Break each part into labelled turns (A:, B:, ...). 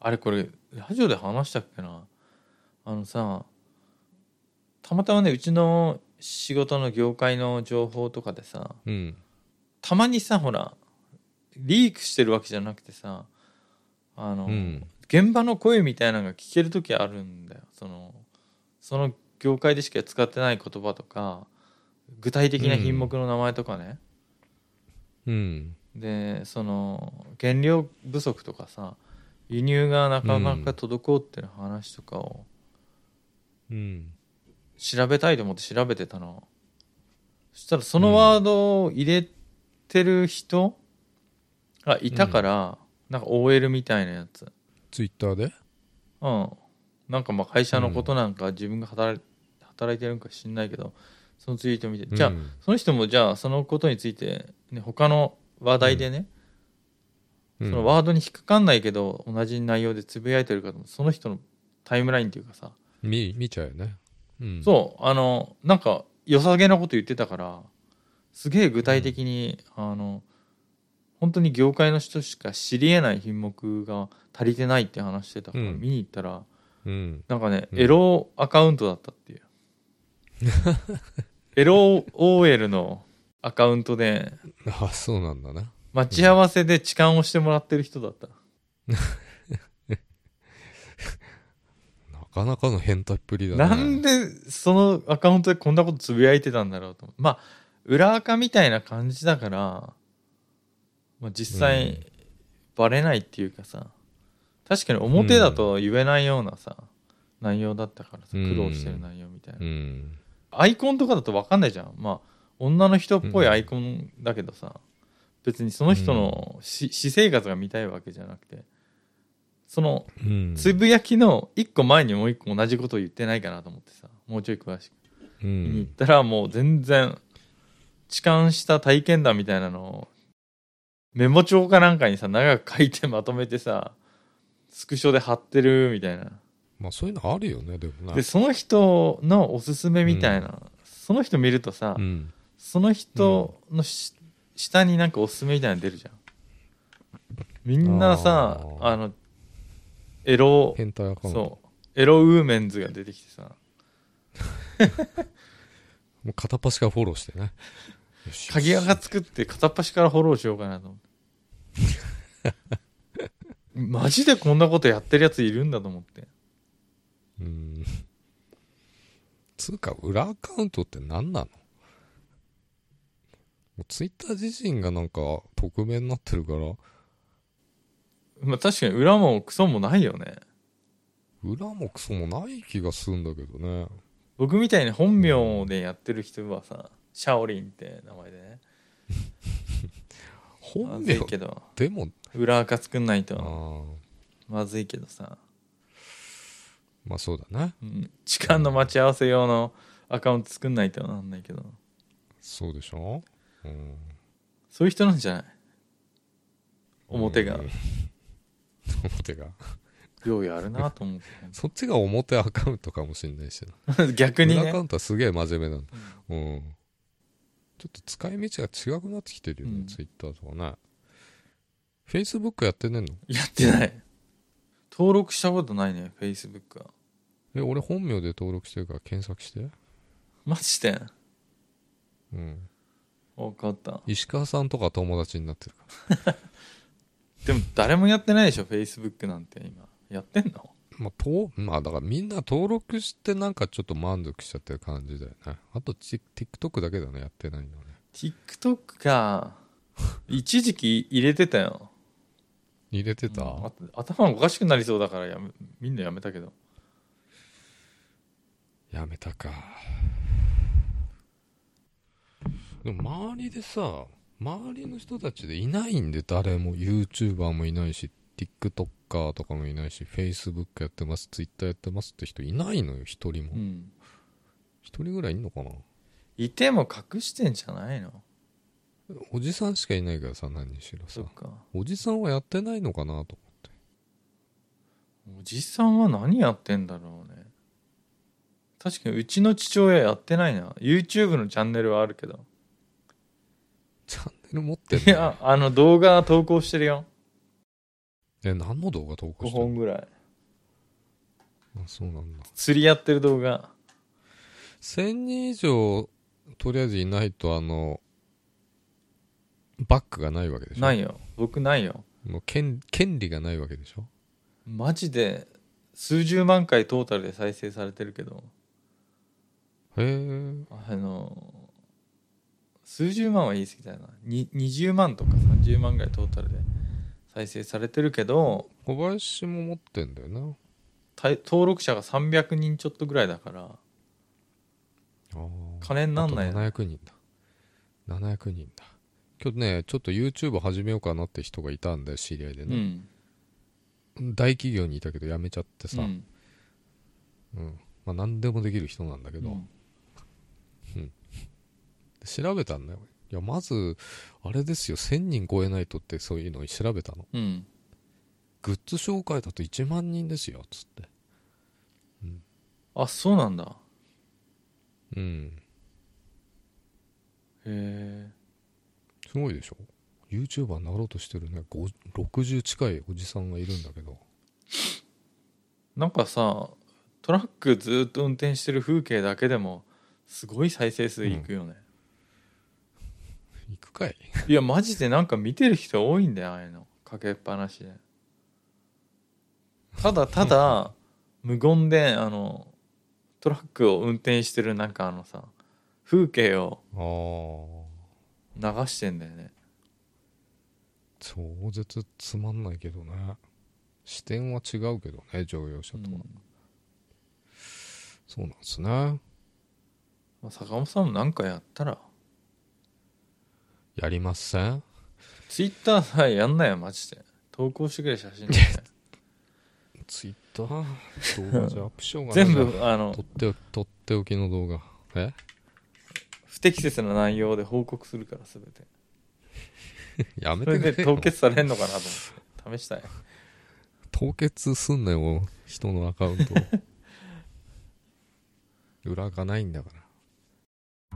A: あれこれラジオで話したっけなあのさたまたまねうちの仕事の業界の情報とかでさ
B: うん
A: たまにさほらリークしてるわけじゃなくてさあの、
B: うん
A: 現場の声みたいなのが聞ける時あるんだよそのその業界でしか使ってない言葉とか具体的な品目の名前とかね、
B: うん
A: でその原料不足とかさ輸入がなかなか滞ってる話とかを
B: うん
A: 調べたいと思って調べてたの、そしたらそのワードを入れてる人がいたから、なんか OL みたいなやつ
B: ツイッターで
A: うん、なんかまあ会社のことなんか自分が働い働いてるんか知んないけどそのツイート見て、じゃあ
B: うん
A: その人もじゃあそのことについて、ね、他の話題でね、
B: うん
A: そのワードに引っかかんないけど同じ内容でつぶやいてるかと思うその人のタイムラインっていうかさ、
B: 見見ちゃうよねうん
A: そうあのなんか良さげなこと言ってたからすげえ具体的に、あの本当に業界の人しか知りえない品目が足りてないって話してたから、
B: うん
A: 見に行ったら
B: うん
A: なんかね、
B: うん
A: エロアカウントだったっていう エロ OL のアカウントで
B: あそうなんだな
A: 待ち合わせで痴漢をしてもらってる人だった、
B: なかなかの変態っぷりだね
A: なんでそのアカウントでこんなことつぶやいてたんだろうと思うまあ裏垢みたいな感じだから、まあ、実
B: うん
A: 際バレないっていうかさ確かに表だと言えないようなさ、内容だったからさ
B: うん
A: 苦労してる内容みたいな、
B: うん
A: アイコンとかだと分かんないじゃんまあ女の人っぽいアイコンだけどさ、別にその人のし、私生活が見たいわけじゃなくてその
B: うん
A: つぶやきの一個前にもう一個同じこと言ってないかなと思ってさもうちょい詳しく
B: う
A: 見に行っ
B: ん
A: たらもう全然痴漢した体験談みたいなのをメモ帳かなんかにさ長く書いてまとめてさスクショで貼ってるみたいな
B: まあそういうのあるよねでも
A: で
B: ね
A: その人のおすすめみたいな、その人見るとさ、
B: うん
A: その人のし、下になんかおすすめみたいなの出るじゃんみんなさ
B: あ
A: あ
B: ー
A: のエロ
B: 変態アカウント
A: そうエロウーメンズが出てきてさ
B: もう片っ端からフォローしてねよしよし
A: 鍵垢作って片っ端からフォローしようかなと思って マジでこんなことやってるやついるんだと思って
B: うんつうか裏アカウントって何なのもうツイッター自身がなんか匿名になってるから
A: まあ確かに裏もクソもないよね
B: 裏もクソもない気がするんだけどね
A: 僕みたいに本名でやってる人はさシャオリンって名前でねま
B: 本
A: ず
B: 名
A: いけど
B: でも
A: 裏垢作んない
B: あ
A: と
B: ー
A: まずいけどさ
B: まあそうだね
A: うん時間の待ち合わせ用のアカウント作んないとなんないけど
B: そうでしょ、うん、
A: そういう人なんじゃない表が
B: うん 表が
A: ようやるなと思って
B: そっちが表アカウントかもしんないしな
A: 逆に
B: 裏アカウ
A: ね
B: ントはすげえ真面目なの、うんちょっと使い道が違くなってきてるよね、
A: うん
B: ツイッターとかねフェイスブックやってねえの
A: やってない登録したことないね Facebook は
B: え俺本名で登録してるから検索して
A: マジで
B: うん
A: 分かった
B: 石川さんとか友達になってるから
A: でも誰もやってないでしょ Facebook なんて今やってんの
B: まあ、とまあだからみんな登録してなんかちょっと満足しちゃってる感じだよねあとち TikTok だけだねやってないのね
A: TikTok か一時期入れてたよ
B: 入れてた、
A: うんあ頭おかしくなりそうだからやめみんなやめたけど
B: やめたかでも周りでさ周りの人たちでいないんで誰も YouTuber もいないし TikToker とかもいないし Facebook やってます Twitter やってますって人いないのよ一人
A: う
B: も
A: ん
B: 一、人ぐらいいんのかない
A: ても隠してんじゃないの
B: おじさんしかいないからさ何しろさ
A: そっか
B: おじさんはやってないのかなと
A: おじさんは何やってんだろうね確かにうちの父親やってないな YouTube のチャンネルはあるけど
B: チャンネル持ってん
A: い
B: の
A: やあの動画投稿してるよ
B: え、何の動画投
A: 5
B: 稿してる
A: 本ぐらい
B: あ、そうなんだ。
A: 釣りやってる動画
B: 1000人以上、とりあえずいないと、あの、バックがないわけでしょ
A: ないよ僕ないよ
B: もう権権利がないわけでしょ
A: マジで数十万回トータルで再生されてるけど
B: へえ。
A: あの数十万は言い過ぎだよなに20万とか30万ぐらいトータルで再生されてるけど
B: 小林も持ってんだよな。
A: た登録者が300人ちょっとぐらいだから
B: ああ。
A: 金になんないよね
B: あと700人だ。700人だ。今日ね、ちょっと YouTube 始めようかなって人がいたんだよ、知り合いで
A: う
B: ね。
A: ん
B: 大企業にいたけど辞めちゃってさ。
A: う
B: うん。
A: ん
B: まあ何でもできる人なんだけど。
A: うん
B: 調べたんだよ。いや、まず、あれですよ、1000人超えないとってそういうのを調べたの。
A: うん
B: グッズ紹介だと1万人ですよ、つって。
A: あそうなんだ
B: うん。
A: へえ
B: すごいでしょ ?YouTuber になろうとしてるね、ご60近いおじさんがいるんだけど。
A: なんかさトラックずっと運転してる風景だけでもすごい再生数いくよね、
B: 行くかい
A: いやマジでなんか見てる人多いんだよああいうのかけっぱなしでただただ無言であのトラックを運転してるなんかあのさ風景を
B: ああ。
A: 流してんだよね
B: 超絶つまんないけどね視点は違うけどね乗用車とは、
A: うん
B: そうなんですね
A: まあ坂本さんもなんかやったら
B: やりません
A: ツイッターさやんなよマジで投稿してくれ写真 とか
B: ツイッター動画じゃアップしようがない
A: 全
B: じゃ
A: 部あの
B: あとっておきとっておきの動画え
A: 不適切な内容で報告するから全て
B: やめ
A: それ
B: てくれ
A: で
B: よ
A: 凍結されんのかなと思って試したい
B: 凍結すんなよ人のアカウント 裏がないんだから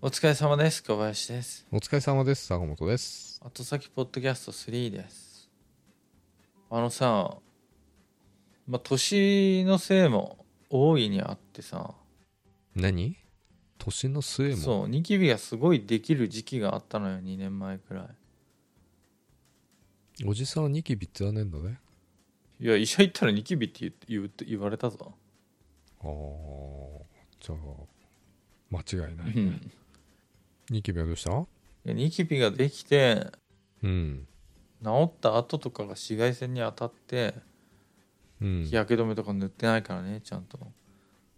A: お疲れ様です小林です
B: お疲れ様です坂本です
A: 後先ポッドキャスト3ですあのさまあ年のせいも大いにあってさ
B: 何年の末も
A: そうニキビがすごいできる時期があったのよ2年前くら
B: おじさんはニキビって言わねえんだね
A: いいや医者行ったらニキビって言って言うって言われたぞ、
B: ああじゃあ間違いない、
A: うん
B: ニキビはどうした
A: いやニキビができて
B: うん
A: 治った後とかが紫外線に当たって
B: うん
A: 日焼け止めとか塗ってないからねちゃんと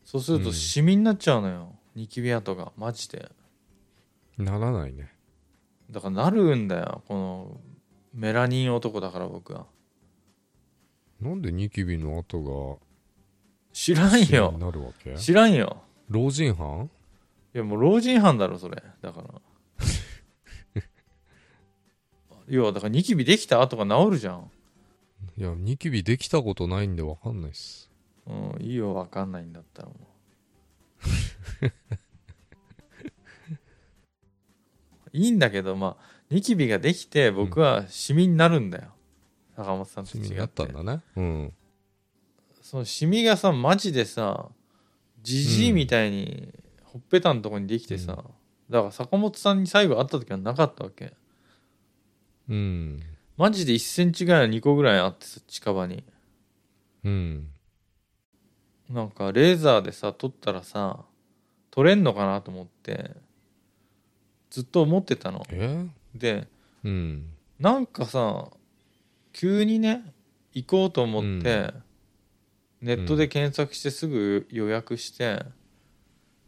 A: そうする
B: う
A: と
B: ん
A: シミになっちゃうのよ、ニキビ跡がマジで
B: ならないね
A: だからなるんだよこのメラニン男だから僕は
B: なんでニキビの跡
A: 知
B: が
A: らん
B: シミに
A: よ
B: なるわけ
A: 知らんよ
B: 老人犯
A: いやもう老人犯だろそれだから要はだからニキビできた後が治るじゃん、
B: いやニキビできたことないんでわかんないっす
A: うん、いいよ分かんないんだったらも ういいんだけどまあニキビができて僕はシミになるんだよ、坂本さんと
B: シ
A: 違っ
B: ミ
A: て
B: になったんだねうん
A: そのシミがさマジでさジジイみたいにほっぺたのとこにできてさ、だから坂本さんに最後会った時はなかったわけ
B: うん
A: マジで1センチぐらいの2個ぐらいあってさ近場に
B: うん
A: なんかレーザーでさ撮ったらさ取れんのかなと思ってずっと思ってたの
B: え
A: で
B: うん
A: なんかさ急にね行こうと思って、ネットで検索してすぐ予約して、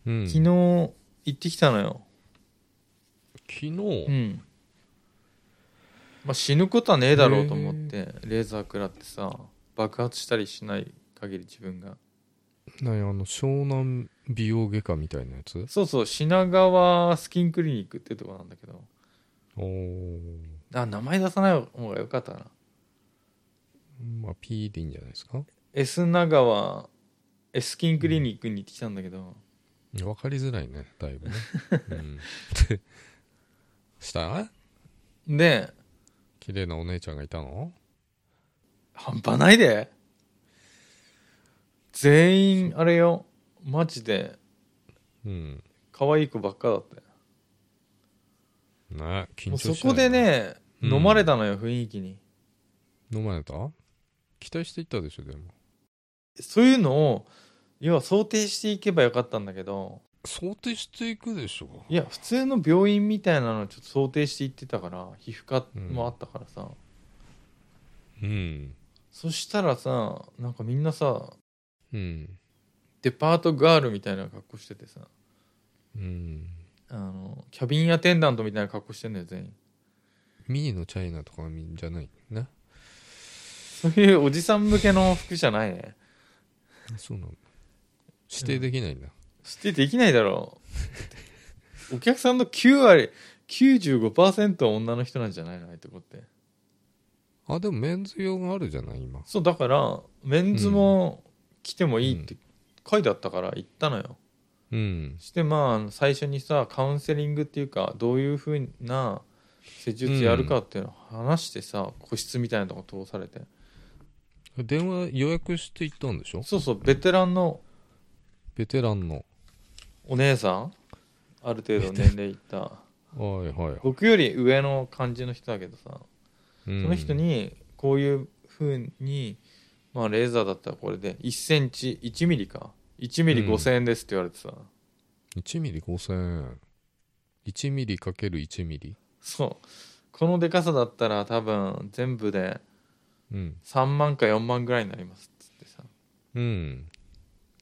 B: うん
A: 昨日行ってきたのよ、
B: 昨日
A: うんまあ、死ぬことはねえだろうと思ってレーザー食らってさ爆発したりしない限り自分が
B: 何あの湘南美容外科みたいなやつ
A: そうそう品川スキンクリニックってとこなんだけど
B: おー
A: あ名前出さない方がよかったな
B: まあ、P でいいんじゃないですか
A: S 長は S キンクリニックに行ってきたんだけど、
B: わかりづらいね、だい ぶね。うん、した
A: で
B: 綺麗なお姉ちゃんがいたの
A: 半端ないで全員あれよマジで
B: うん。
A: 可愛い子ばっかだったよ
B: ね緊
A: もう
B: 張しちゃう
A: そ
B: よ
A: こで。ね、
B: うん
A: 飲まれたのよ雰囲気に
B: 飲まれた期待していったでしょ、でも。
A: そういうのを要は想定していけばよかったんだけど
B: 想定していくでしょ。
A: いや普通の病院みたいなのをちょっと想定していってたから皮膚科もあったからさ、
B: うん。
A: そしたらさなんかみんなさ
B: うん。
A: デパートガールみたいな格好しててさ
B: うん。
A: あのキャビンアテンダントみたいな格好してんだよ全員
B: ミーのチャイナとかじゃないな。
A: そういうおじさん向けの服じゃないね
B: そうなんだ。指定できないんだ。
A: 捨てできないだろうお客さんの9割95%は女の人なんじゃないのああいうとこって
B: あ、でもメンズ用があるじゃない、今。
A: そうだからメンズも来てもいいって書いてあったから行ったのよ
B: うん。
A: してまああの最初にさカウンセリングっていうかどういうふうな施術やるかっていうのを話してさ、個室みたいなとこ通されて
B: 電話予約して行ったんでしょ
A: そうそうベテランの
B: ベテランの。
A: お姉さんある程度年齢いった
B: はいはい。
A: 僕より上の感じの人だけどさ
B: そ
A: その人にこういうふうに、まあ、レーザーだったらこれで1センチ1ミリか1ミリ
B: うん
A: 5000円ですって言われてさ、
B: 1ミリ5000円1ミリかける1ミリ
A: そうこのでかさだったら多分全部で
B: うん
A: 3万か4万ぐらいになりますっつってさ
B: うん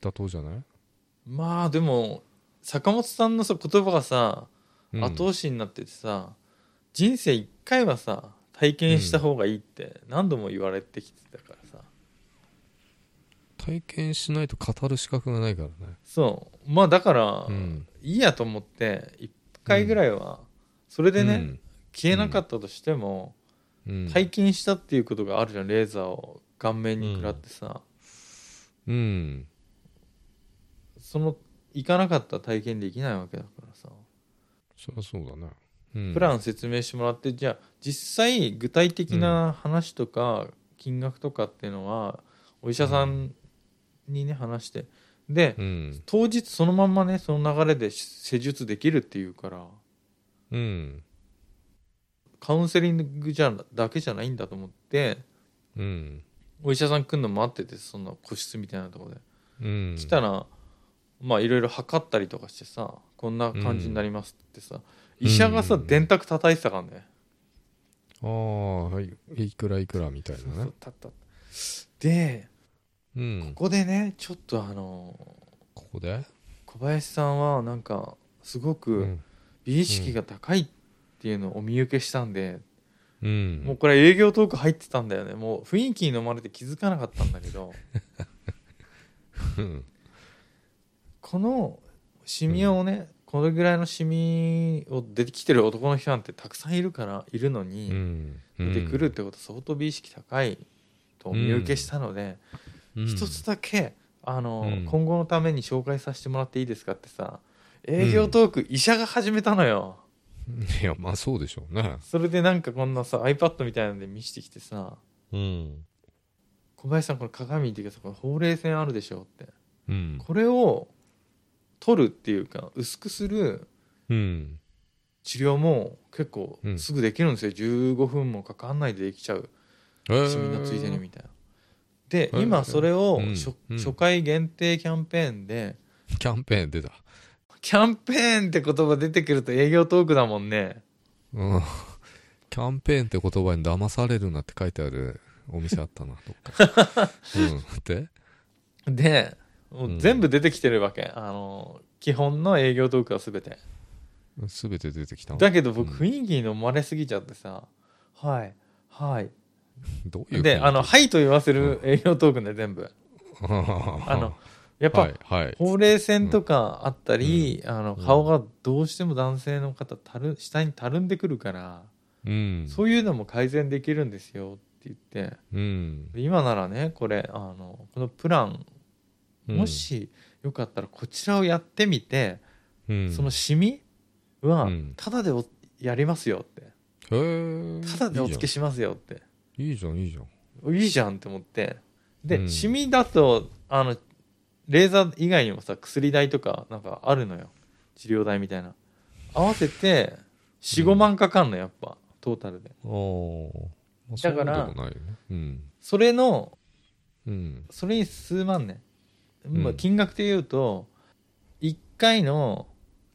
B: 妥当じゃない、
A: まあでも坂本さんのさ言葉がさ
B: うん
A: 後押しになっててさ、人生一回はさ体験した方がいいって何度も言われてきてたからさ
B: 体験しないと語る資格がないからね
A: そうまあだから、
B: うん
A: いいやと思って1回ぐらいはそれでね、消えなかったとしても、
B: うんうん
A: 体験したっていうことがあるじゃんレーザーを顔面に食らってさ、
B: うん
A: その行かなかったら体験できないわけだからさ、
B: そりゃそうだね、うん、
A: プラン説明してもらってじゃあ実際具体的な話とか金額とかっていうのはお医者さんにね話してで、
B: うん
A: 当日そのまんまねその流れで施術できるっていうから
B: うん
A: カウンセリングじゃだけじゃないんだと思って
B: うん
A: お医者さん来るの待っててそんな個室みたいなところで、
B: うん
A: 来たらまあいろいろ測ったりとかしてさこんな感じになりますってさ、医者がさ
B: うん
A: 電卓叩いてたからね、
B: ああはいいくらいくらみたい
A: そ
B: な
A: う
B: ね
A: たったで、
B: う
A: こ
B: ん
A: こでねちょっとあの
B: ここで
A: 小林さんはなんかすご
B: う
A: く
B: ん
A: 美意識が高いっていうのをお見受けしたんで、
B: うん
A: もうこれ営業トーク入ってたんだよねもう雰囲気に飲まれて気づかなかったんだけど
B: うん
A: このシミをね、これぐらいのシミを出てきてる男の人なんてたくさんいるからいるのに、
B: うん
A: 出てくるってことは相当美意識高いとお見受けしたので、
B: うん
A: 一つだけあの、
B: うん
A: 今後のために紹介させてもらっていいですかってさ営業トーク医者が始めたのよ、
B: いやまあそうでしょうね
A: それでなんかこんなさ iPad みたいなので見してきてさ
B: うん
A: 「小林さんこれ鏡見てくださいこのほうれい線あるでしょ」って
B: うん
A: これを取るっていうか薄くする
B: うん
A: 治療も結構
B: うん
A: すぐできるんですよ、15分もかかんないでできちゃう
B: えー
A: シミのついでにみたいな。で、
B: えー
A: 今それを
B: うん
A: 初,、
B: うん
A: 初回限定キャンペーンで、
B: キャンペーン出た。
A: キャンペーンって言葉出てくると営業トークだもんね。
B: うん。キャンペーンって言葉に騙されるなって書いてあるお店あったな、どっ か。うん。で
A: で、もう全部出てきてるわけ。あの、基本の営業トークは全て。
B: すべて出てきたの
A: だけど僕
B: うん
A: 雰囲気に飲まれすぎちゃってさ、はい、はい。
B: どういう
A: で、 あの、
B: 雰
A: はいと言わせる営業トークね、全部。
B: 囲気あ
A: あの、やっぱ、
B: はい、はい。
A: ほうれい線とかあったり、あの顔がどうしても男性の方たる下にたるんでくるから、
B: うん。
A: そういうのも改善できるんですよって言って
B: うん。
A: 今ならねこれあのこのプラン
B: うん
A: も、しよかったらこちらをやってみて、
B: うん
A: そのシミは
B: うん
A: ただでおやりますよって
B: へー
A: ただでお付けしますよって
B: いいじゃん、いいじゃん。
A: いいじゃんって思ってで、
B: うん
A: シミだとあのレーザー以外にもさ薬代とかなんかあるのよ治療代みたいな合わせて45
B: うん
A: 万かかんのやっぱトータルで
B: あーまあ。
A: だから
B: そうでもないよね。うん。
A: それの
B: うん。
A: それに数万ね、
B: ん
A: まあ、金額で言うと1回の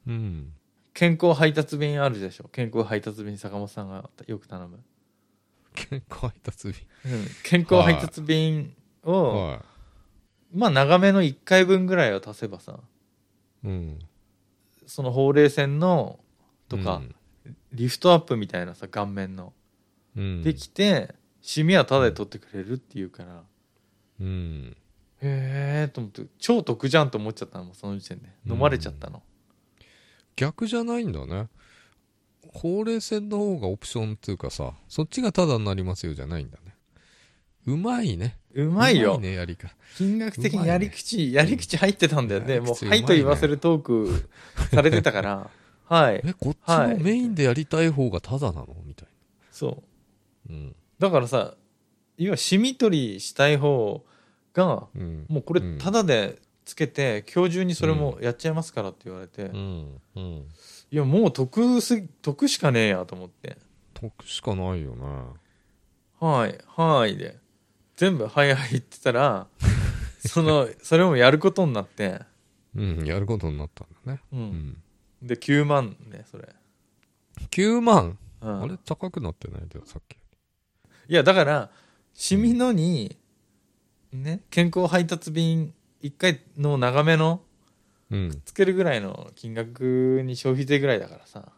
B: うん。
A: 健康配達便あるでしょ健康配達便坂本さんがよく頼む、
B: 健康配達日。
A: うん健康配達便を、
B: は
A: まあ長めの1回分ぐらいを足せばさ
B: い。うん。
A: そのほうれい線のとか、
B: うん
A: リフトアップみたいなさ顔面の、
B: うん。
A: できてシミはタダで取ってくれるっていうから
B: うん。
A: へえと思って超得じゃんと思っちゃったのもうその時点で
B: うん
A: 飲まれちゃったの、
B: 逆じゃないんだね。ほうれい線の方がオプションっていうかさ、そっちがタダになりますよじゃないんだね。うまいね。
A: う
B: う
A: まいよ
B: ね、やりか。
A: 金額的にやり口、やり口入ってたんだよね
B: うん
A: も
B: やり口
A: う「は
B: うまい
A: い」
B: ね
A: と言わせるトークされてたからはい
B: え、こっち
A: は
B: の
A: い
B: メインでやりたい方がタダなのみたい
A: そう
B: な。うん。
A: だからさ要はシミ取りしたい方が
B: うん。
A: もうこれ
B: うん
A: タダでつけて、今日中にそれもやっちゃいますからって言われて、
B: う
A: い
B: ん。うん。
A: やもう得すぎ得しかねえやと思って
B: 得しかないよな。
A: はい、はいで、全部はいはい言ってた ら、その、それもやることになって、
B: うん、やることになったんだね。
A: う。
B: うんん。
A: で、9万ね、それ。
B: 9万
A: うん、
B: あれ高くなってないでさっき。
A: いや、だから、シミのに、ね、健康配達便1回の長めの
B: うん。
A: つけるぐらいの金額に消費税ぐらいだからさ。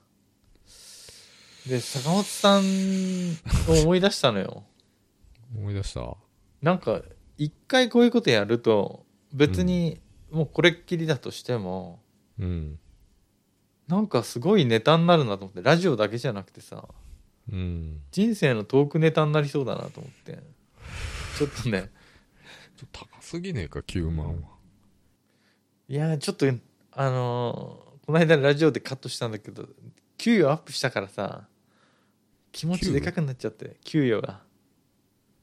A: で、坂本さんを思い出したのよ。
B: 思い出した
A: なんか、1回こういうことやると、別に、もうこれっきりだとしても、
B: うん。
A: なんかすごいネタになるなと思ってラジオだけじゃなくてさ
B: うん。
A: 人生のトークネタになりそうだなと思ってちょっとね
B: ちょっと高すぎねえか、9万は。
A: いやーちょっとあのーこの間ラジオでカットしたんだけど給与アップしたからさ気持ちでかくなっちゃって給与が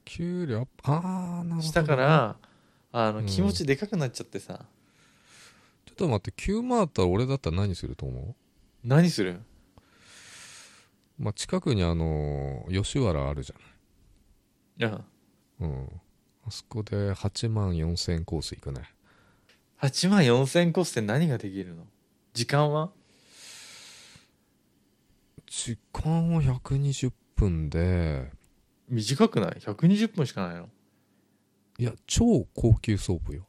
B: 給料アップ、あー、なるほど、ね。
A: したからあ
B: う
A: の
B: ん
A: 気持ちでかくなっちゃってさ、
B: ちょっと待って、9万あったら俺だったら何すると思
A: 何する
B: うまあ、近くにあのー吉原あるじ
A: うん
B: ゃん。うん。あそこで8万4千コース行くね。
A: 8万4000コースって何ができるの時間は
B: 時間は120分で、
A: 短くない ?120 分しかないの
B: いや、超高級ソープよ。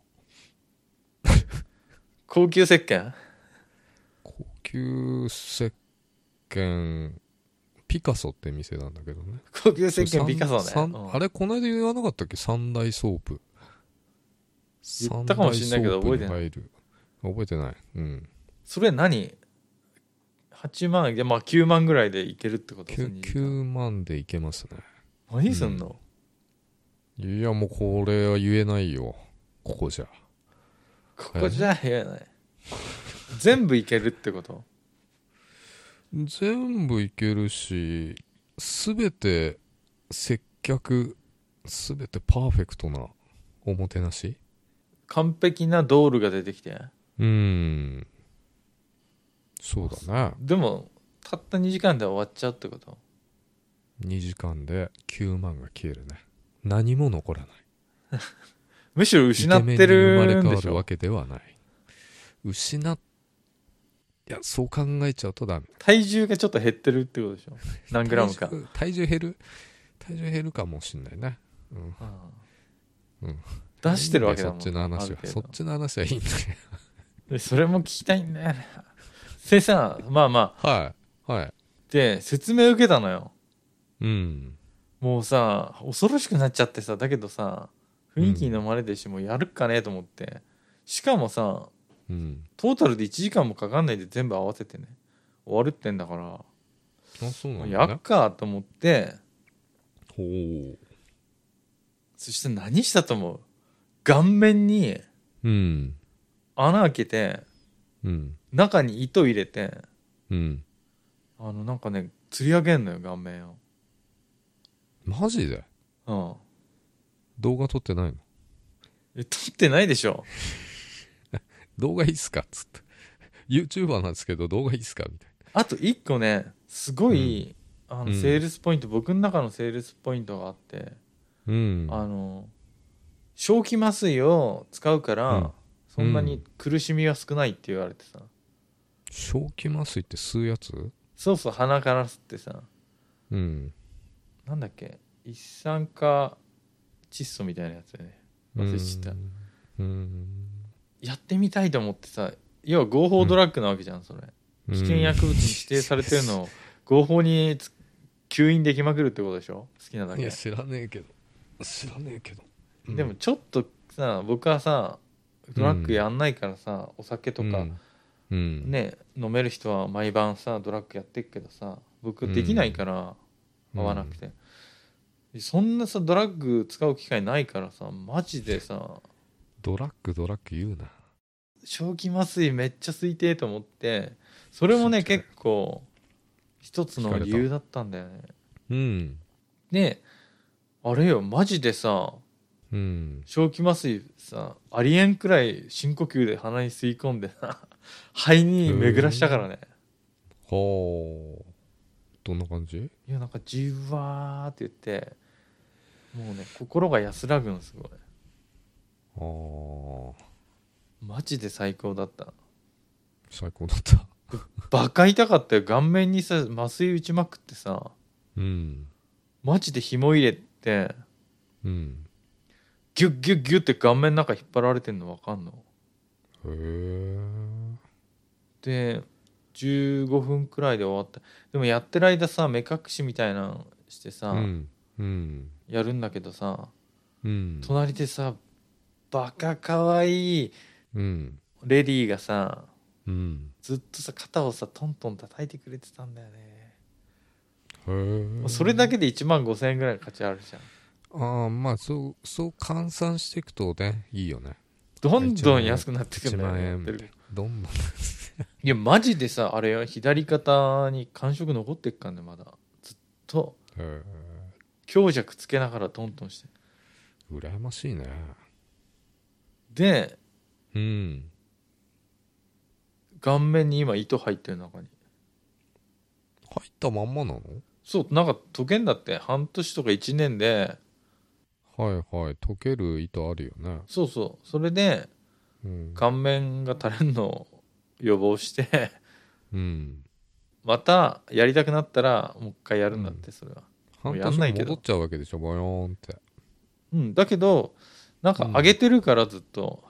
A: 高級石鹸
B: 高級石鹸、ピカソって店なんだけどね。
A: 高級石鹸ピカソね、
B: 三
A: うん
B: あれ、この間言わなかったっけ三大ソープ。。
A: 言ったかもしんないけど覚えてない
B: 覚えてない。うん。
A: それ何 ?8 万、いやまあ9万ぐらいでいけるってこと
B: 9、9万でいけますね。
A: 何すんの、
B: いや、もうこれは言えないよ。ここじゃ。
A: ここじゃ部屋ない。全部いけるってこと
B: 全部いけるし、すべて接客、すべてパーフェクトなおもてなし
A: 完璧なドールが出てきて。
B: うん。そうだね。
A: でも、たった2時間で終わっちゃうってこと
B: 2時間で9万が消えるね。何も残らない。
A: むしろ失ってるんで
B: イケメンに
A: し
B: 生まれ変わる
A: ょ
B: わけではない失っいやそう考えちゃうとダメ
A: 体重がちょっと減ってるってことでしょ何グラ ムか。
B: 体重体重減る体重減るかもしんないね、うん、
A: うん
B: うん
A: 出してるわけだもん。
B: いいんだよそっちの話は
A: ある
B: そ
A: 程
B: っ
A: 度
B: ちの話はいいんだよ
A: でそれも聞きたいんだよね。 でさ、まあまあ、
B: はいはい
A: で、説明受けたのよ。
B: うん
A: もうさ恐ろしくなっちゃってさだけどさ雰囲気に飲まれてるし、もうやるっかねと思ってしかもさ
B: うん
A: トータルで1時間もかかんないで全部合わせてね終わるってんだから
B: あ、そうなん
A: や
B: だ、
A: っ
B: ね。
A: かと思って
B: ほう。
A: そして何したと思う顔面に
B: うん。
A: 穴開けて
B: うん。
A: 中に糸入れて
B: うん。
A: あのなんかね釣り上げんのよ顔面を
B: マジで
A: うん
B: 動画撮ってないの
A: え撮ってないでしょ
B: 動画いいっすかっつって。YouTuber なんですけど動画いいっすかみたい
A: あと一個ねすごい、あ
B: う
A: の
B: ん
A: セールスポイント、僕の中のセールスポイントがあって、
B: な。うん。
A: あの正気麻酔を使うから、
B: うん
A: そんなに苦しみは少ないって言われてさ、
B: 正気麻酔って吸うやつ
A: そうそう鼻から吸ってさ
B: うん。
A: なんだっけ一酸化窒素みたいなやつだよね忘れちゃった
B: うん。うん。
A: やってみたいと思ってさ要は合法ドラッグなわけじゃん、それ危険薬物に指定されてるのを合法につ吸引できまくるってことでしょ好きなだ
B: い
A: け
B: や、知らねえけど。知らねえけど。うん
A: でも、ちょっとさ僕はさドラッグやんないからさ、お酒とか、
B: うん。うん。
A: ね飲める人は毎晩さドラッグやってるけどさ僕できないから
B: うん
A: 合わなくて、そんなさドラッグ使う機会ないからさマジでさ
B: ドラッグドラッグ言うな。
A: 正気麻酔めっちゃ吸いてえと思ってそれもね結構一つの理由だったんだよね
B: うん。
A: であれよマジでさ
B: うん。
A: 正気麻酔さありえんくらい深呼吸で鼻に吸い込んで な肺に巡らしたからね
B: はあ。どんな感じ
A: いやなんかじわーって言ってもうね心が安らぐんすごい
B: ああ。
A: マジで最高だった
B: 最高だった。
A: バカ痛かったよ顔面にさ麻酔打ちまくってさ
B: うん。
A: マジで紐入れて
B: うん。
A: ギュッギュッギュッって顔面の中引っ張られてんのわかんの
B: へえ。
A: で15分くらいで終わったでもやってる間さ目隠しみたいなのしてさ、
B: うん。うん。
A: やるんだけどさ
B: うん。
A: 隣でさバカかわいい
B: うん。
A: レディーがさ
B: うん。
A: ずっとさ肩をさトントン叩いてくれてたんだよね、
B: へえ。
A: それだけで1万5000円ぐらいの価値あるじゃん
B: ああ、まあ、そう、そう換算していくとね、いいよね。
A: どんどん安くなってくる
B: 1
A: んだよ
B: 万
A: ねやっ
B: 円
A: てる
B: どんどん。
A: いやマジでさあれよ左肩に感触残ってっかんねまだずっと
B: へ
A: 強弱つけながらトントンして
B: え。羨ましいね。
A: で
B: うん。
A: 顔面に今糸入ってる中に
B: 入ったまんまなの
A: そうなんか溶けんだって半年とか1年で
B: はいはい。溶ける糸あるよね。
A: そうそうそれで
B: うん。
A: 顔面が垂れるのを予防して
B: うん。
A: またやりたくなったらもう一回やるんだってそれは、も
B: 半
A: う
B: 年
A: やんないけど
B: 戻っちゃうわけでしょ、ボヨーンって。
A: うんだけどなんか上げてるからずっと、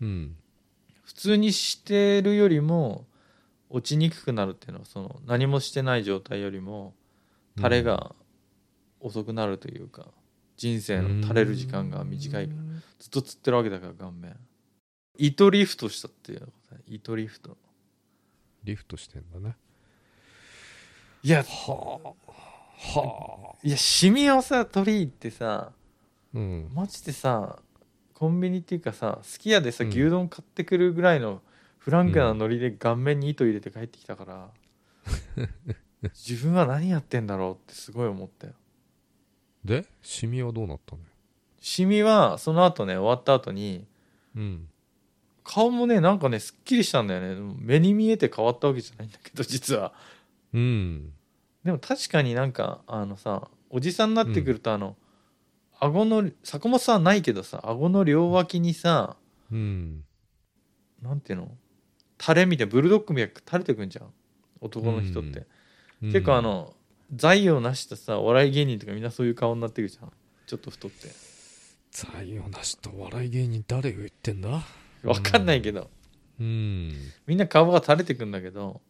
B: うん。
A: 普通にしてるよりも落ちにくくなるっていうのはその何もしてない状態よりも垂れが遅くなるというか、人生の垂れる時間が短いから
B: うん
A: ずっと釣ってるわけだから顔面糸リフトしたっていうのことね糸リフト
B: リフトしてんだね。
A: いや
B: はあ。はあ。
A: いやシミをさ取り入ってさ
B: うん。
A: マジでさコンビニっていうかさすき家でさ、
B: うん
A: 牛丼買ってくるぐらいのフランクなノリで顔面に糸入れて帰ってきた から、自分は何やってんだろうってすごい思ったよ
B: で、シミはどうなったのよ。
A: シミはその後ね終わった後に
B: うん。
A: 顔もねなんかねすっきりしたんだよね目に見えて変わったわけじゃないんだけど実は
B: うん。
A: でも確かになんかあのさおじさんになってくるとあの、顎の坂本さんはないけどさ顎の両脇にさ
B: うん。
A: なんていうの垂れみたいなブルドッグみたいに垂れてくんじゃん男の人って、結構あの財を成したさお笑い芸人とかみんなそういう顔になってくじゃんちょっと太って
B: 財をなしと笑い芸人誰が言ってんだ
A: わかんないけど、
B: うん
A: みんな顔が垂れてくんだけど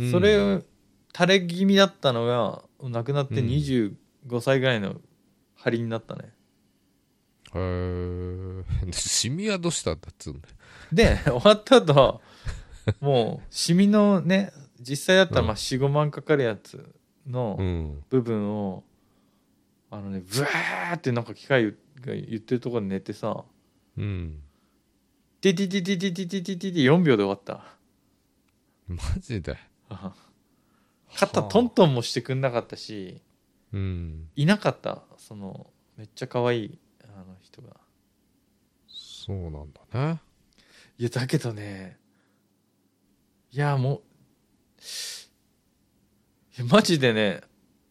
B: うん
A: それを垂れ気味だったのが亡くなって
B: うん
A: 25歳ぐらいの張りになったね、
B: へえ シミはどうしたんだっつうんだよ
A: で終わった後もうシミのね実際だったらまあ45万かかるやつの
B: うん。
A: 部分を、あのねブワーってなんか機械が言ってるところで寝てさ
B: うん。
A: 「ティティティティティティティティティ」4秒で終わった
B: マジで。
A: あ肩トントンもしてくんなかったし
B: うん。
A: いなかったそのめっちゃ可愛いあの人が
B: そうなんだね。
A: いやだけどねいやもういやマジでね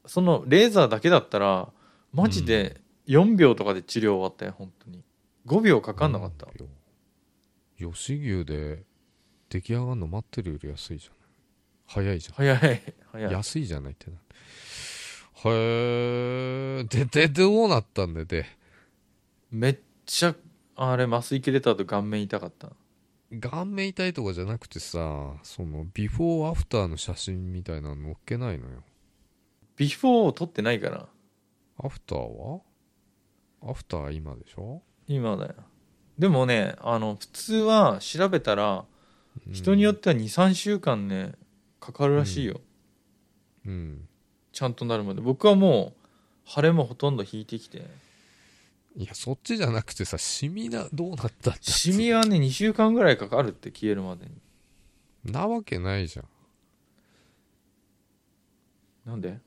A: そのレーザーだけだったらマジで4秒とかで治療終わったよ本当に5秒かかんなかった、
B: うん。吉牛で出来上がるの待ってるより安いじゃない。早いじゃん。
A: 早い早い
B: 安いじゃないってな。へえ。で、で、どうなったんだよ、で。
A: めっちゃあれ麻酔切れた後顔面痛かった
B: 顔面痛いとかじゃなくてさ、その、ビフォーアフターの写真みたいなの載っけないのよ。
A: ビフォーを取ってないから
B: アフターはアフターは今でしょ、
A: 今だよでもねあの普通は調べたら人によってては23週間ねかかるらしいよ、
B: うん。
A: ちゃんとなるまで僕はもう腫れもほとんど引いてきて
B: いや、そっちじゃなくてさ、シミな、どうなったんだ
A: シミはね2週間ぐらいかかるって消えるまでに
B: なわけないじゃん。
A: なんで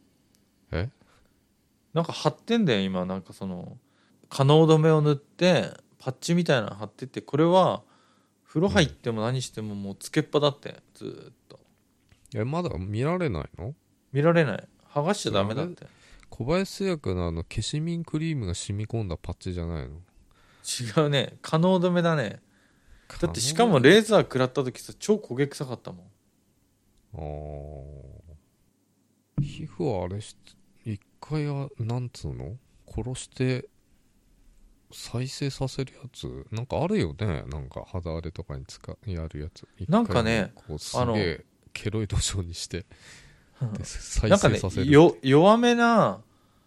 B: え
A: なんか貼ってんだよ今なんかその可能止めを塗ってパッチみたいなの貼っててこれは風呂入っても何してももうつけっぱだってずーっと
B: え、まだ見られないの
A: 見られない剥がしちゃダメだって
B: 小林製薬のあの、消しミンクリームが染み込んだパッチじゃないの
A: 違うね可能止めだねだってしかもレーザー食らった時さ超焦げ臭かったもん
B: あー皮膚はあれし一回はなんつうの殺して再生させるやつなんかあるよねなんか肌荒れとかに使うやるやつ
A: なんかね
B: 一回こうすげえケロイド状にしてで再
A: なんか
B: 生
A: ね
B: させる
A: よ弱めな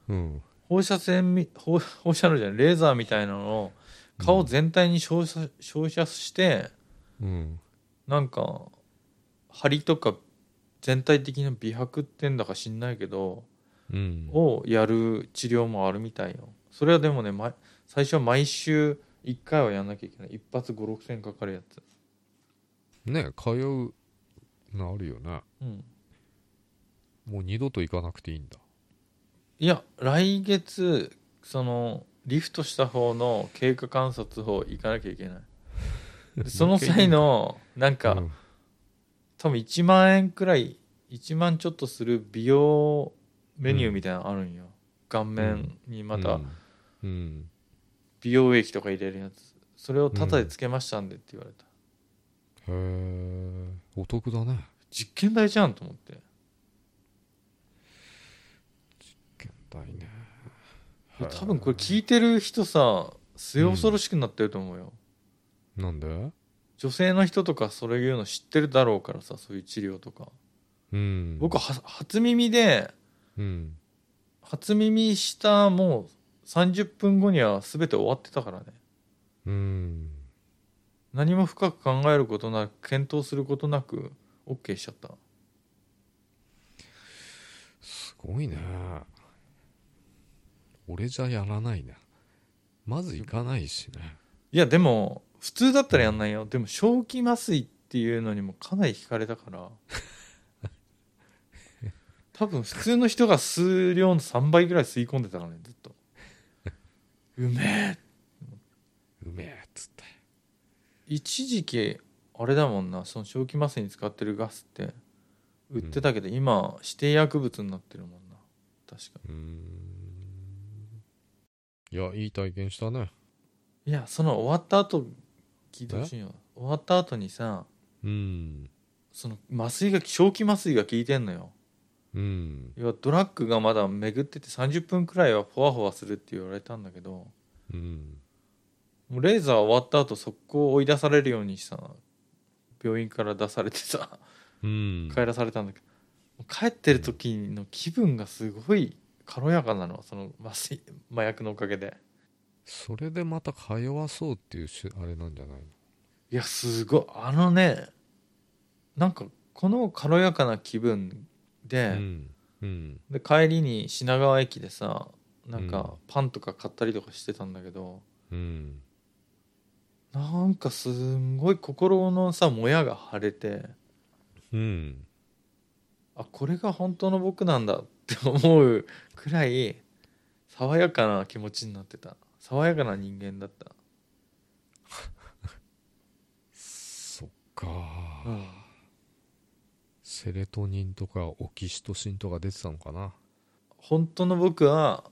B: うん
A: 放射線み放放射能じゃないレーザーみたいなのを顔全体に照射,、照射して
B: うん
A: なんか針とか全体的な美白ってんだか知んないけど、
B: うん
A: をやる治療もあるみたいよそれはでもね毎最初は毎週1回はやんなきゃいけない一発5 6千かかるやつ
B: ね通うのあるよね
A: うん
B: もう二度と行かなくていいんだ
A: いや来月そのリフトした方の経過観察を行かなきゃいけないその際のなんか、
B: うん
A: 多分1万円くらい1万ちょっとする美容メニューみたいなのあるんよ、顔面にま
B: う
A: た
B: んうん
A: 美容液とか入れるやつそれをタダでつけましたんでって言われた、
B: へえお得だね
A: 実験台じゃんと思って
B: 現代ね
A: 多分これ聞いてる人さ末恐ろしくなってると思うよ、
B: なんで
A: 女性の人とかそれ言うの知ってるだろうからさそういう治療とか
B: うん
A: 僕は初耳で
B: うん
A: 初耳したもう30分後には全て終わってたからね
B: うん
A: 何も深く考えることなく検討することなく OK しちゃった
B: すごいね俺じゃやらないなまず行かないしね
A: いやでも普通だったらやんないよでも正気麻酔っていうのにもかなり惹かれたから多分普通の人が数量の3倍ぐらい吸い込んでたからねずっとうめえ
B: うめえっつって
A: 一時期あれだもんなその正気麻酔に使ってるガスって売ってたけど、今指定薬物になってるもんな確か
B: うんいやいい体験したね
A: いやその終わった後聞いてほしいよ終わった後にさ
B: うん
A: その麻酔が正気麻酔が効いてんのよ
B: うん
A: 要はドラッグがまだ巡ってて30分くらいはフワフワするって言われたんだけど
B: うん
A: もうレーザー終わった後速攻追い出されるようにさ病院から出されてさ
B: うん
A: 帰らされたんだけど、もう帰ってる時の気分がすごい軽やかなのその麻酔麻薬のおかげで
B: それでまた通わそうっていうしあれなんじゃないの
A: いやすごいあのねなんかこの軽やかな気分で、
B: うんうん。
A: で帰りに品川駅でさなん
B: うん
A: かパンとか買ったりとかしてたんだけど、
B: うん。
A: なんかすんごい心のさもやが晴れて
B: うん。
A: あこれが本当の僕なんだって思うくらい爽やかな気持ちになってた爽やかな人間だった、
B: そっか。セレトニンとかオキシトシンとか出てたのかな。
A: 本当の僕は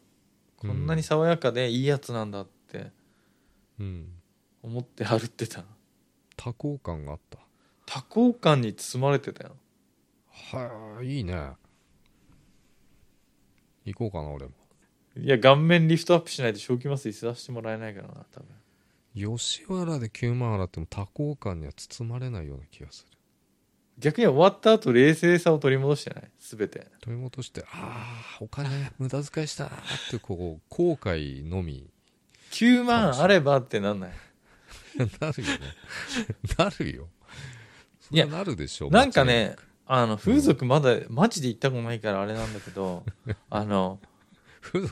A: こんな
B: う
A: に爽やかでいいやつなんだって
B: うん。
A: 思って歩ってた
B: 多幸感があった。
A: 多幸感に包まれてたよ
B: はい、いいね。行こうかな、俺も。
A: いや顔面リフトアップしないと正気麻酔吸わせてもらえないからな多分
B: 吉原で九万払っても多幸感には包まれないような気がする。
A: 逆に終わった後冷静さを取り戻してない全て
B: 取り戻して、ああ、お金無駄遣いしたなって、こう、後悔のみ、
A: 9万あればってなんない
B: なるよね。なるよ。そ
A: いや
B: れなるでしょ
A: なんかね、あの風俗まだマジで行ったことないからあれなんだけど あの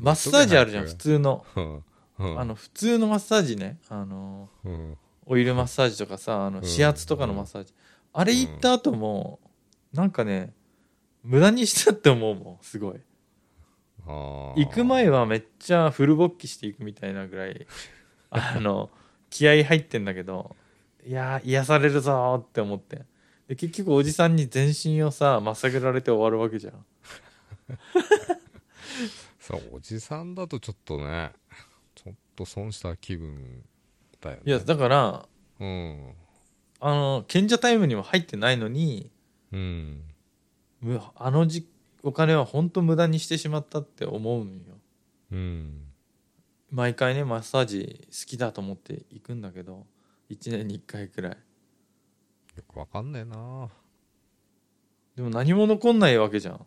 A: マッサージあるじゃん普
B: 通。
A: 通の
B: うんうん
A: あの普通のマッサージねあの
B: うん
A: オイルマッサージとかさあ
B: う
A: の
B: ん
A: 指圧とかのマッサージあれ行った後もなんかね無駄にしたって思うもんすごい
B: あー
A: 行く前はめっちゃフル勃起していくみたいなぐら いあの気合入ってんだけどいやー癒されるぞーって思ってで結局おじさんに全身をさまっさぐられて終わるわけじゃん
B: さおじさんだとちょっとねちょっと損した気分だよね
A: いやだから
B: うん
A: あの賢者タイムにも入ってないのに
B: うん
A: むあのじお金は本当無駄にしてしまったって思うんよ
B: うん
A: 毎回ねマッサージ好きだと思って行くんだけど1年に1回くらい
B: よくわかんねえな
A: でも何も残んないわけじゃん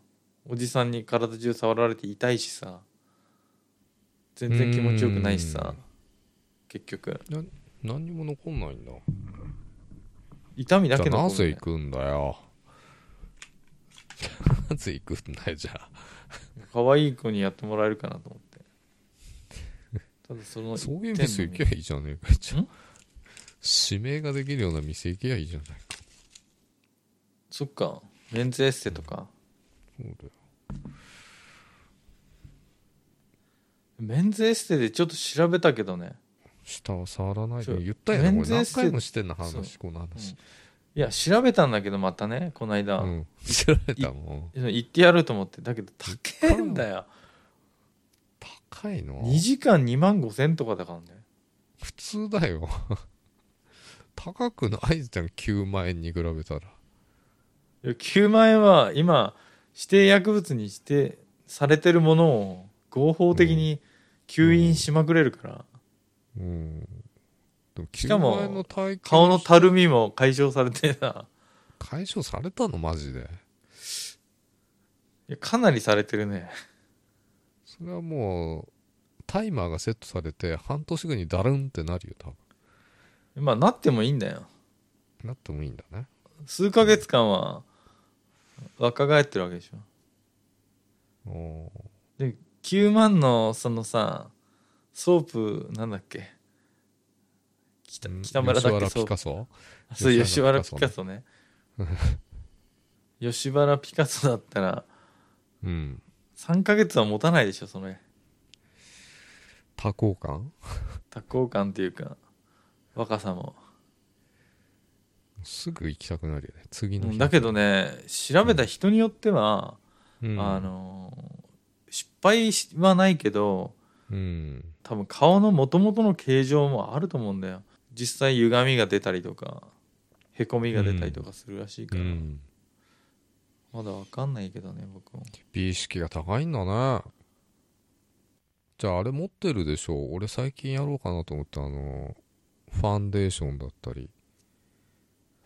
A: おじさんに体中触られて痛いしさ全然気持ちよくないしさ
B: うーん
A: 結局
B: 何にも残んないんだ
A: 痛みだ
B: じゃ
A: け
B: あな
A: 残
B: ぜ
A: る
B: 行くんだよ なぜ行くんだよじゃあ
A: 可愛い子にやってもらえるかなと 思ってただその
B: そういう店行けばいいじゃねえかじゃあ指名ができるような店行けばいいじゃないか
A: そっかメンズエステとか
B: そうだよ
A: メンズエステでちょっと調べたけどね
B: 下は触らない
A: そ
B: で
A: う
B: 言ったよね
A: 全
B: これ
A: 然
B: 何
A: 捨て
B: 回もしてんな話
A: そ
B: この話
A: いや調べたんだけどまたねこの間、
B: うん知られたもん
A: 行ってやると思ってだけど高いんだよ
B: 高いの
A: 2時間2万5千とかだからね
B: 普通だよ高くないじゃん9万円に比べたら
A: いや9万円は今指定薬物に指定されてるものを合法的に吸引しまくれるから、
B: うんでも
A: しか
B: 9
A: も
B: 万円の体験
A: 顔のたるみも解消されてさ
B: 解消されたのマジで
A: いやかなりされてるね
B: それはもうタイマーがセットされて半年後にダルンってなるよ多分
A: まあなってもいいんだよ
B: なってもいいんだね
A: 数ヶ月間は若返ってるわけでしょ
B: お
A: 9万のそのさソープなんだっけ北
B: ー
A: 北村だっけソ
B: 吉原
A: ー
B: ピ
A: プ
B: カソ
A: あそう吉
B: 吉原
A: 原
B: ピ
A: ピ
B: カソね
A: カソね吉原ピカソだったら
B: うん
A: 3ヶ月は持たないでしょその
B: 多幸感
A: 多幸感っていうか若さも、
B: すぐ行きたくなるよね次の
A: う
B: 日
A: んだけどね調べた人によっては、
B: うん
A: あのー失敗はないけど
B: うん
A: 多分顔の元々の形状もあると思うんだよ実際歪みが出たりとかへこみが出たりとかするらしいか
B: う
A: ら、
B: ん
A: まだわかんないけどね僕も
B: 美意識が高いんだねじゃああれ持ってるでしょう俺最近やろうかなと思ってあのファンデーションだったり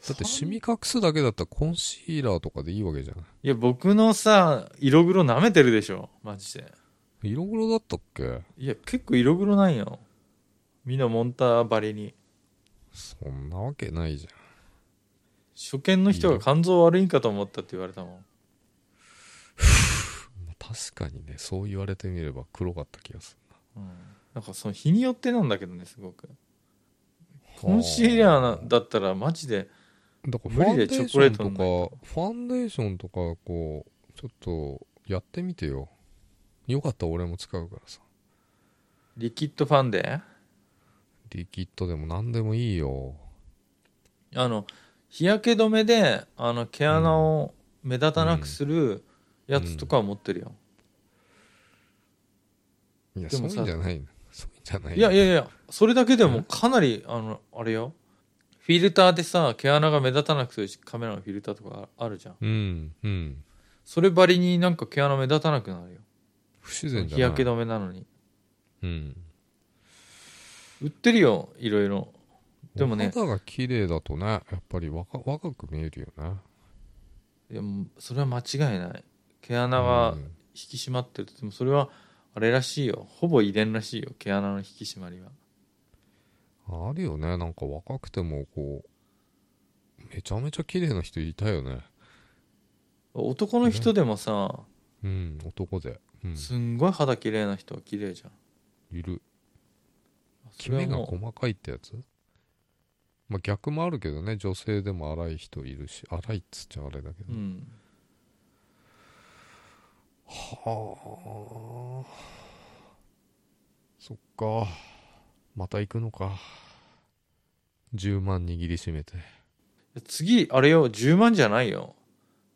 B: だってシミ隠すだけだったらコンシーラーとかでいいわけじゃない
A: や僕のさ色黒舐めてるでしょマジで
B: い色黒だったっけ
A: いや結構色黒なんよみんなモンターバリに
B: そんなわけないじゃん
A: 初見の人が肝臓悪いんかと思ったって言われたもん
B: 確かにねそう言われてみれば黒かった気がす
A: うんなんかその日によってなんだけどねすごく
B: る
A: コンシーラーなだったらマジで
B: だからフ
A: 無
B: ァン
A: 理
B: デ
A: で
B: ーシ
A: チョコレ
B: ョ
A: ー
B: ン
A: ト
B: と
A: の
B: かファンデーションとかこうちょっとやってみてよよかったら俺も使うからさ
A: リキッドファンデ
B: リキッドでも何でもいいよ
A: あの日焼け止めであの毛穴を目立たなくするやつとかは持ってるよ、
B: いや
A: で
B: そうい
A: もさ
B: うんじゃないのそういうんじゃない
A: いやい
B: や
A: やいやそれだけでもかなりあのあれよフィルターでさ毛穴が目立たなくするカメラのフィルターとかあるじゃん
B: うんうん
A: そればりになんか毛穴目立たなくなるよ
B: 不自然じゃない
A: 日焼け止めなのに
B: うん
A: 売ってるよいろいろでもね
B: お肌が綺麗だとねやっぱり若若く見えるよね
A: いやもうそれは間違いない毛穴が
B: うん
A: 引き締まってるとでもそれはあれらしいよほぼ遺伝らしいよ毛穴の引き締まりは
B: あるよねなんか若くてもこうめちゃめちゃ綺麗な人いたよね
A: 男の人でもさ、
B: うん男で、うん、
A: すんごい肌綺麗な人は綺麗じゃん
B: いる
A: そ
B: キ
A: れは
B: メが
A: もう
B: 細かいってやつまあ逆もあるけどね女性でも荒い人いるし荒いっつっちゃあれだけど、
A: うん
B: はあそっかまた行くのか10万握りしめて
A: 次あれよ10万じゃないよ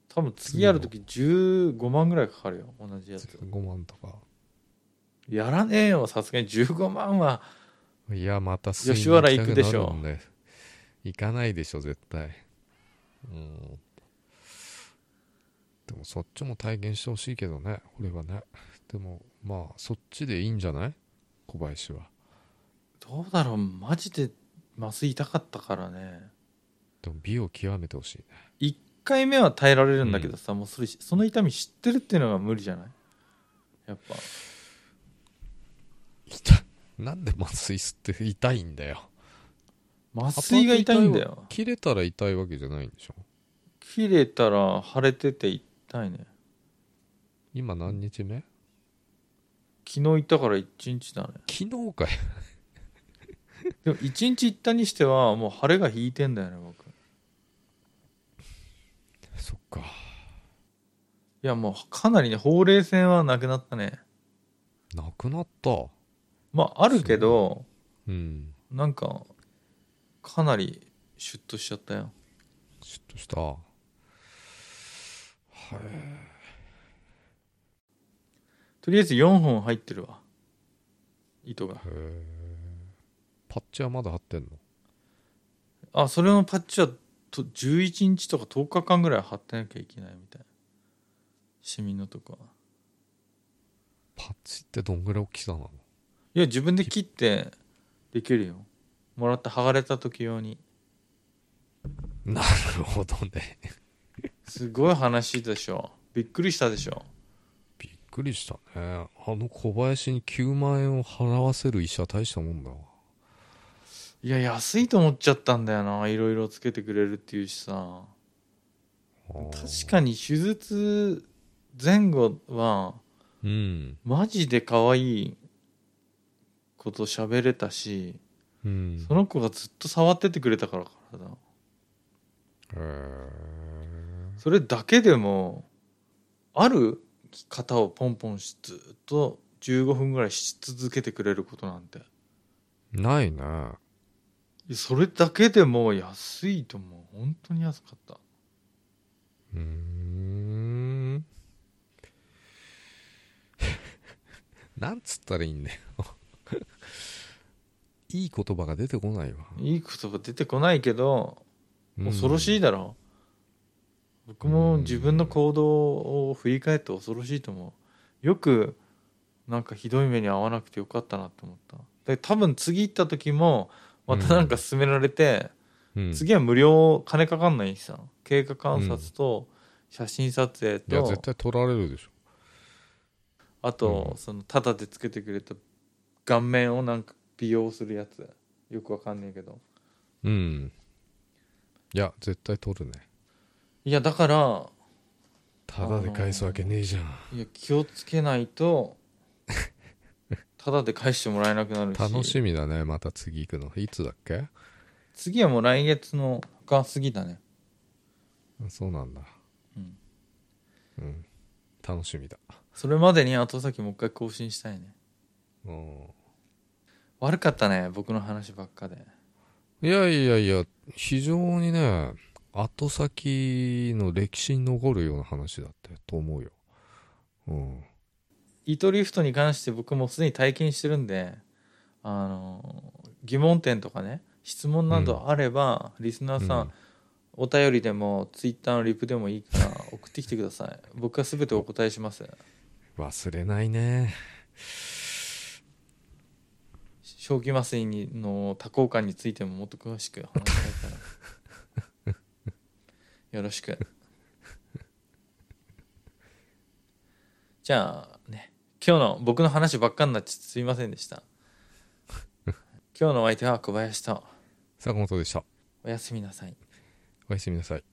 A: 多分次やるとき15万ぐらいかかるよ同じやつ
B: 5万とか
A: やらねえよさすがに15万はい
B: やまたす
A: 吉原行くでしょ
B: 行かないでしょ絶対うんでもそっちも体現してほしいけどね俺はねでもまあそっちでいいんじゃない小林は
A: どうだろうマジで麻酔痛かったからね
B: でも美を極めてほしいね
A: 1回目は耐えられるんだけどさ、もうそれその痛み知ってるっていうのが無理じゃないやっぱ
B: 痛なんで麻酔吸って痛いんだよ
A: 麻酔が痛いんだよ
B: 切れたら痛いわけじゃないんでしょ
A: 切れたら腫れてて痛いね
B: 今何日目
A: 昨日いたから1日だね
B: 昨日かよ
A: でも1日行ったにしてはもう腫れが引いてんだよね僕い
B: そっか
A: やもうかなりねほうれい線はなくなったね
B: なくなった
A: まああるけど
B: うん
A: なんかかなりシュッとしちゃったよ
B: シュッとしたはい
A: とりあえず4本入ってるわ糸が
B: へえパッチはまだ貼ってんの
A: あそれのパッチはと11日とか10日間ぐらい貼ってなきゃいけないみたいシミのとこは
B: パッチってどんぐらい大きさなの
A: いや自分で切ってできるよもらった剥がれた時用に
B: なるほどね
A: すごい話でしょびっくりしたでしょ
B: びっくりしたねあの小林に9万円を払わせる医者大したもんだわ
A: いや安いと思っちゃったんだよないろいろつけてくれるっていうしさ確かに手術前後は
B: にうん
A: マジで可愛いこと喋れたし
B: うん
A: その子がずっと触っててくれたからからだ
B: へえ
A: それだけでもある方をポンポンしずっと15分ぐらいし続けてくれることなんて
B: ないね
A: いやそれだけでも安いと思う本当に安かった
B: うーん なんつったらいいんだよ いい言葉が出てこないわ
A: いい言葉出てこないけど恐ろしいだろ、僕も自分の行動を振り返って恐ろしいと思うよくなんかひどい目に遭わなくてよかったなと思ったで多分次行った時もまたなんか勧められて、
B: うん、うん
A: 次は無料金かかんないしさ経過観察と写真撮影
B: いや
A: と、
B: 絶対取られるでしょ
A: あと、
B: うん
A: そのタダでつけてくれた顔面をなんか美容するやつよくわかんないけど
B: うんいや絶対取るね
A: いやだから
B: ただで返すわけねえじゃん。
A: いや気をつけないとただで返してもらえなくなるし
B: 楽しみだね、また次行くの。いつだっけ
A: 次はもう来月の他過ぎだね
B: そうなんだ。
A: うん
B: うん。楽しみだ。
A: それまでに後先もう一回更新したいね
B: うん
A: 悪かったね僕の話ばっかで
B: いやいやいや、非常にね、後先の歴史に残るような話だったと思うよ。うん。
A: イトリフトに関して僕もすでに体験してるんであの疑問点とかね質問などあれば、リスナーさん、
B: うん
A: お便りでもツイッターのリプでもいいから送ってきてください僕は全てお答えします
B: 忘れないね。
A: 正気麻酔にの多幸感についてももっと詳しく話したいからよろしくじゃあね今日の僕の話ばっかになっちゃってすいませんでした今日のお相手は小林と
B: 坂本でした。
A: おやすみなさい
B: おやすみなさい。